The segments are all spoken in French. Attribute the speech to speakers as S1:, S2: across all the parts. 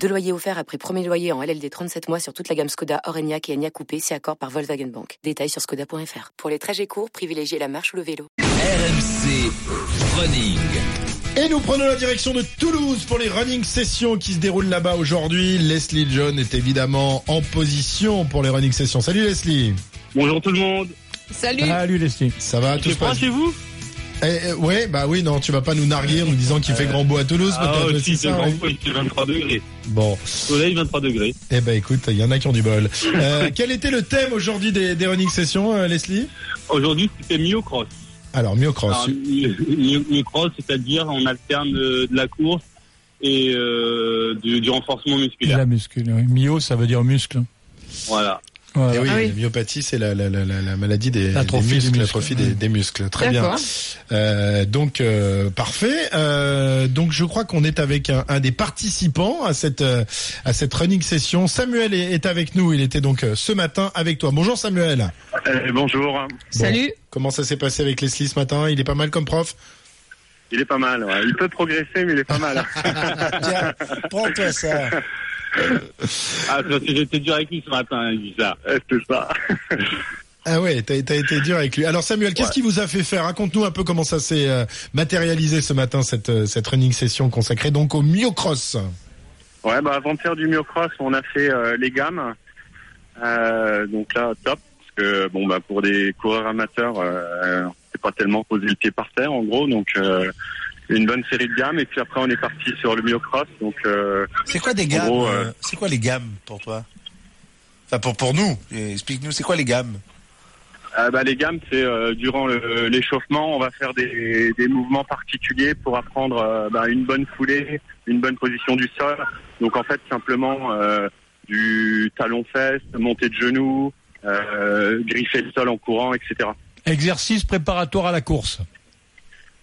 S1: Deux loyers offerts après premier loyer en LLD 37 mois sur toute la gamme Skoda, Orenia et Enya Coupé, si accord par Volkswagen Bank. Détails sur skoda.fr. Pour les trajets courts, privilégiez la marche ou le vélo.
S2: RMC Running.
S3: Et nous prenons la direction de Toulouse pour les running sessions qui se déroulent là-bas aujourd'hui. Leslie John est évidemment en position pour les running sessions. Salut Leslie.
S4: Bonjour tout le monde.
S5: Salut
S6: Salut Leslie.
S3: Ça va
S4: Je
S3: Tout se
S4: pas
S3: passe
S4: chez vous
S3: Eh, eh, Ouais, bah oui, non, tu vas pas nous narguer en nous disant qu'il fait grand beau à Toulouse.
S4: Ah,
S3: peut-être,
S4: aussi,
S3: bah, c'est
S4: c'est
S3: ça,
S4: grand
S3: ouais.
S4: froid, il fait 23 degrés.
S3: Bon,
S4: Soleil, 23 degrés.
S3: eh ben écoute, il y en a qui ont du bol. Euh, quel était le thème aujourd'hui des, des running sessions, euh, Leslie
S4: Aujourd'hui, c'était myocross.
S3: Alors,
S4: Alors,
S3: Myocross.
S4: myo- Myocross, c'est-à-dire on alterne euh, de la course et euh, du, du renforcement musculaire.
S6: La muscule, oui. Mio, ça veut dire muscle.
S4: Voilà.
S6: Voilà.
S3: Eh oui,
S5: Ah oui.
S3: la myopathie, c'est la, la, la, la- la maladie des,
S6: L'atrophie
S3: des
S6: des
S3: muscles,
S6: muscles,
S3: l'atrophie des,
S6: ouais.
S3: des muscles. Très bien.
S5: D'accord.
S3: Euh, donc euh, parfait. Euh, donc je crois qu'on est avec un, un des participants à cette euh, à cette running session. Samuel est, est avec nous. Il était donc euh, ce matin avec toi. Bonjour Samuel.
S4: Eh, bonjour.
S3: Bon,
S5: Salut.
S3: Comment ça s'est passé avec Leslie ce matin Il est pas mal comme prof.
S4: Il est pas mal. Il peut progresser, mais il est pas mal.
S3: Tiens, prends-toi ça.
S4: ah, c'est parce que j'étais dur avec lui ce matin, il dit ça. Eh, C'est ça.
S3: Ah ouais, t'as t'as été dur avec lui. Alors Samuel, qu'est-ce qui vous a fait faire Raconte-nous un peu comment ça s'est euh, matérialisé ce matin cette euh, cette running session consacrée donc au myocross.
S7: Ouais, bah avant de faire du murcross, on a fait euh, les gammes. Euh, donc là, top, parce que bon, bah pour des coureurs amateurs, euh, c'est pas tellement poser le pied par terre, en gros. Donc euh, une bonne série de gammes, et puis après on est parti sur le murcross. Donc euh,
S8: C'est quoi des gammes
S7: gros,
S8: euh,
S7: euh,
S8: C'est quoi les gammes pour toi Enfin pour pour nous. Eh, Explique-nous c'est quoi les gammes
S7: ah, bah, les gammes, c'est euh, durant le- l'échauffement, on va faire des, des mouvements particuliers pour apprendre euh, bah, une bonne foulée, une bonne position du sol. Donc en fait, simplement euh, du talon-fesse, montée de genoux, euh, griffer le sol en courant, etc.
S6: Exercice préparatoire à la course.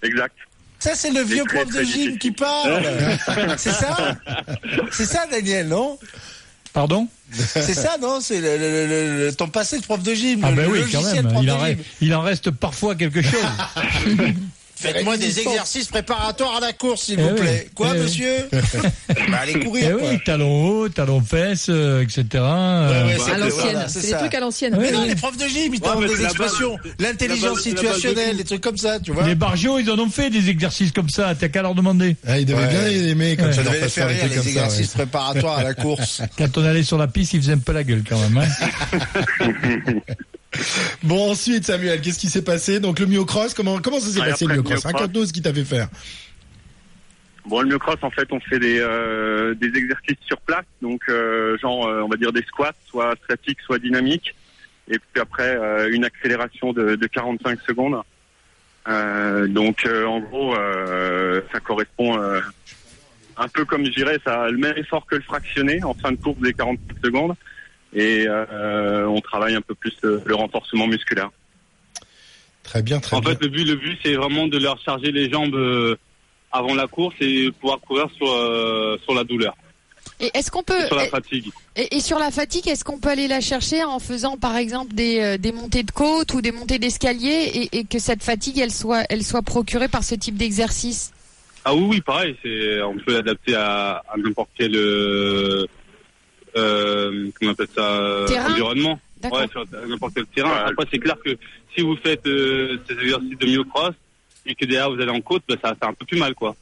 S7: Exact.
S8: Ça c'est le vieux
S7: très,
S8: prof de
S7: très
S8: gym
S7: difficile.
S8: qui parle. c'est ça C'est ça Daniel, non
S6: Pardon
S8: C'est ça non C'est le, le- le- le- ton passé de prof de gym.
S6: Ah
S8: le-
S6: ben
S8: le
S6: oui, quand
S8: logiciel
S6: même.
S8: prof
S6: Il
S8: de
S6: en, reste,
S8: gym.
S6: il en reste parfois quelque chose.
S8: Faites-moi des exercices préparatoires à la course s'il
S6: Eh
S8: vous
S6: oui.
S8: plaît. Quoi
S6: Eh oui.
S8: monsieur bah, Allez courir.
S6: Eh
S8: quoi.
S6: oui, talons hauts, talons fesses, euh, etc. euh,
S8: Ouais, ouais,
S5: À
S8: c'est-
S5: l'ancienne.
S8: voilà,
S5: C'est
S8: c'est
S5: des
S8: ça.
S5: trucs à l'ancienne.
S6: Ouais.
S8: Mais non, les profs de gym, ils t'inventent
S4: mais c'est
S8: des
S4: la
S8: expressions, l'intelligence
S4: c'est la base- c'est la base de
S8: situationnelle,
S4: tout.
S8: des trucs comme ça, tu vois.
S6: Les bargeaux, ils en ont fait des exercices comme ça. T'as qu'à leur demander.
S3: Ah, il devait
S8: Ouais.
S3: bien aimer quand
S6: Ouais.
S3: tu
S8: Ça
S3: leur
S8: devait les
S3: fasses
S8: faire
S3: faire des
S8: rire,
S3: trucs comme
S8: les
S3: ça, ouais.
S8: exercices préparatoires à la course.
S6: Quand on allait sur la piste, ils faisaient un peu la gueule quand même. hein.
S3: Bon, ensuite, Samuel, qu'est-ce qui s'est passé Donc, le myocross, comment, comment ça s'est
S7: Ouais,
S3: passé
S7: après,
S3: le
S7: le
S3: myocross
S7: myocross.
S3: Raconte-nous ce qui t'a fait faire.
S7: Bon, le micross, en fait, on fait des, euh, des exercices sur place, donc euh, genre, euh, on va dire des squats, soit statiques, soit dynamiques, et puis après euh, une accélération de, de 45 secondes. Euh, donc, euh, en gros, euh, ça correspond euh, un peu comme je dirais, ça a le même effort que le fractionné en fin de course des 45 secondes, et euh, on travaille un peu plus euh, le renforcement musculaire.
S3: Très bien, très
S4: En
S3: bien.
S4: fait, le but, le but, c'est vraiment de leur charger les jambes euh, avant la course et pouvoir courir sur, euh, sur la douleur,
S5: Et est-ce qu'on peut
S4: sur la fatigue.
S5: et, et sur la fatigue, est-ce qu'on peut aller la chercher en faisant par exemple des, euh, des montées de côte ou des montées d'escalier et, et que cette fatigue elle soit elle soit procurée par ce type d'exercice
S4: Ah oui, oui, pareil, c'est on peut l'adapter à, à n'importe quel euh, euh, comment on appelle ça euh,
S5: Terrain.
S4: environnement.
S5: D'accord.
S4: Ouais, sur n'importe quel terrain.
S7: Ouais.
S4: Après, c'est clair que si vous faites euh, ces exercices de myocross et que derrière vous allez en côte, bah, ça fait un peu plus mal, quoi.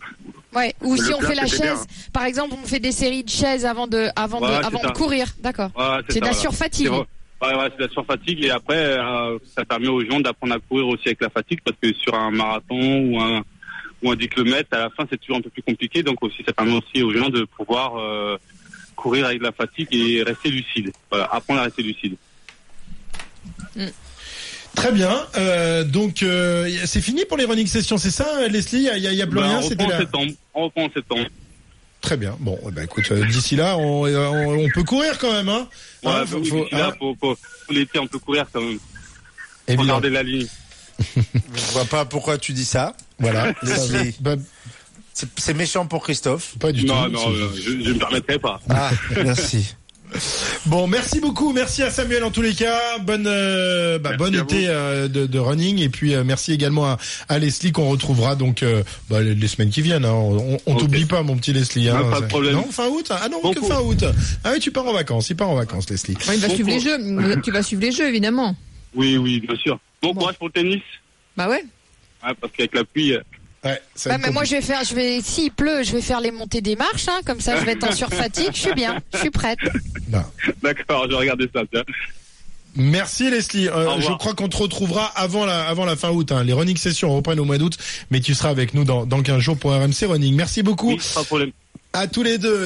S5: Ouais. Ou
S7: Le
S5: si on
S7: plat,
S5: fait la chaise,
S7: c'était
S5: par exemple, on fait des séries de chaises avant de avant
S4: Voilà,
S5: de
S4: c'est
S5: avant de
S4: ça.
S5: courir. D'accord.
S4: Ouais, ça,
S5: C'est de la
S4: voilà. C'est
S5: surfatigue.
S4: vrai. Ouais, ouais, c'est de la surfatigue et après, euh, ça permet aux gens d'apprendre à courir aussi avec la fatigue parce que sur un marathon ou un ou un 10 km, à la fin, c'est toujours un peu plus compliqué. Donc aussi, ça permet aussi aux gens de pouvoir euh, courir avec la fatigue et rester lucide. Voilà, apprendre à rester lucide.
S3: Très bien. Euh, donc, euh, c'est fini pour les running sessions, c'est ça, Leslie Il y a, il y a plus
S4: Bah,
S3: rien,
S4: on
S3: c'était
S4: reprend en
S3: là.
S4: septembre. On reprend en septembre.
S3: Très bien. Bon, eh ben, écoute, euh, d'ici là, on, euh, on, on peut courir quand même, hein
S4: Ouais,
S3: Hein,
S4: faut- oui, d'ici là,
S3: hein,
S4: faut- faut- faut l'été, on peut courir quand même.
S3: évidemment.
S4: Regardez la ligne.
S8: Je vois pas pourquoi tu dis ça.
S3: Voilà.
S8: Leslie.
S3: Bah,
S8: C'est c'est méchant pour Christophe.
S3: pas du
S4: Non,
S3: tout.
S4: non, euh, je ne me permettrai pas.
S8: Ah, merci.
S3: Bon, merci beaucoup, merci à Samuel en tous les cas. Bonne, euh, bah,
S4: Merci
S3: bonne
S4: à
S3: été euh, de, de running et puis euh, merci également à, à Leslie qu'on retrouvera donc euh, bah, les, les semaines qui viennent. hein. On, on
S4: Ok.
S3: t'oublie pas, mon petit Leslie. Hein,
S4: Non, pas de
S3: Ça-
S4: problème.
S3: Non, fin août. Ah non,
S4: Bon
S3: que
S4: cours.
S3: fin août. Ah oui, tu pars en vacances. Il part en vacances, Leslie.
S9: Ouais, il va
S4: Bon
S9: suivre les
S4: cours.
S9: jeux. Tu vas suivre les jeux, évidemment.
S4: Oui, oui, bien sûr. Bon,
S9: Bon.
S4: courage pour le tennis.
S9: Bah ouais.
S4: Ouais, parce qu'avec la pluie, euh,
S3: Ouais, ça va
S5: Bah,
S3: être
S5: mais moi,
S3: compliqué.
S5: je vais faire, je vais, s'il pleut, je vais faire les montées des marches, hein, comme ça, je vais être en surfatigue. Je suis bien, je suis prête.
S3: Non.
S4: d'accord, je vais regarder ça. tiens.
S3: Merci Leslie. Euh,
S4: Au revoir.
S3: je crois qu'on te retrouvera avant la, avant la fin août. hein. Les running sessions reprennent au mois d'août, mais tu seras avec nous dans, dans 15 jours pour RMC Running. Merci beaucoup
S4: Oui, pas de problème.
S3: à tous les deux.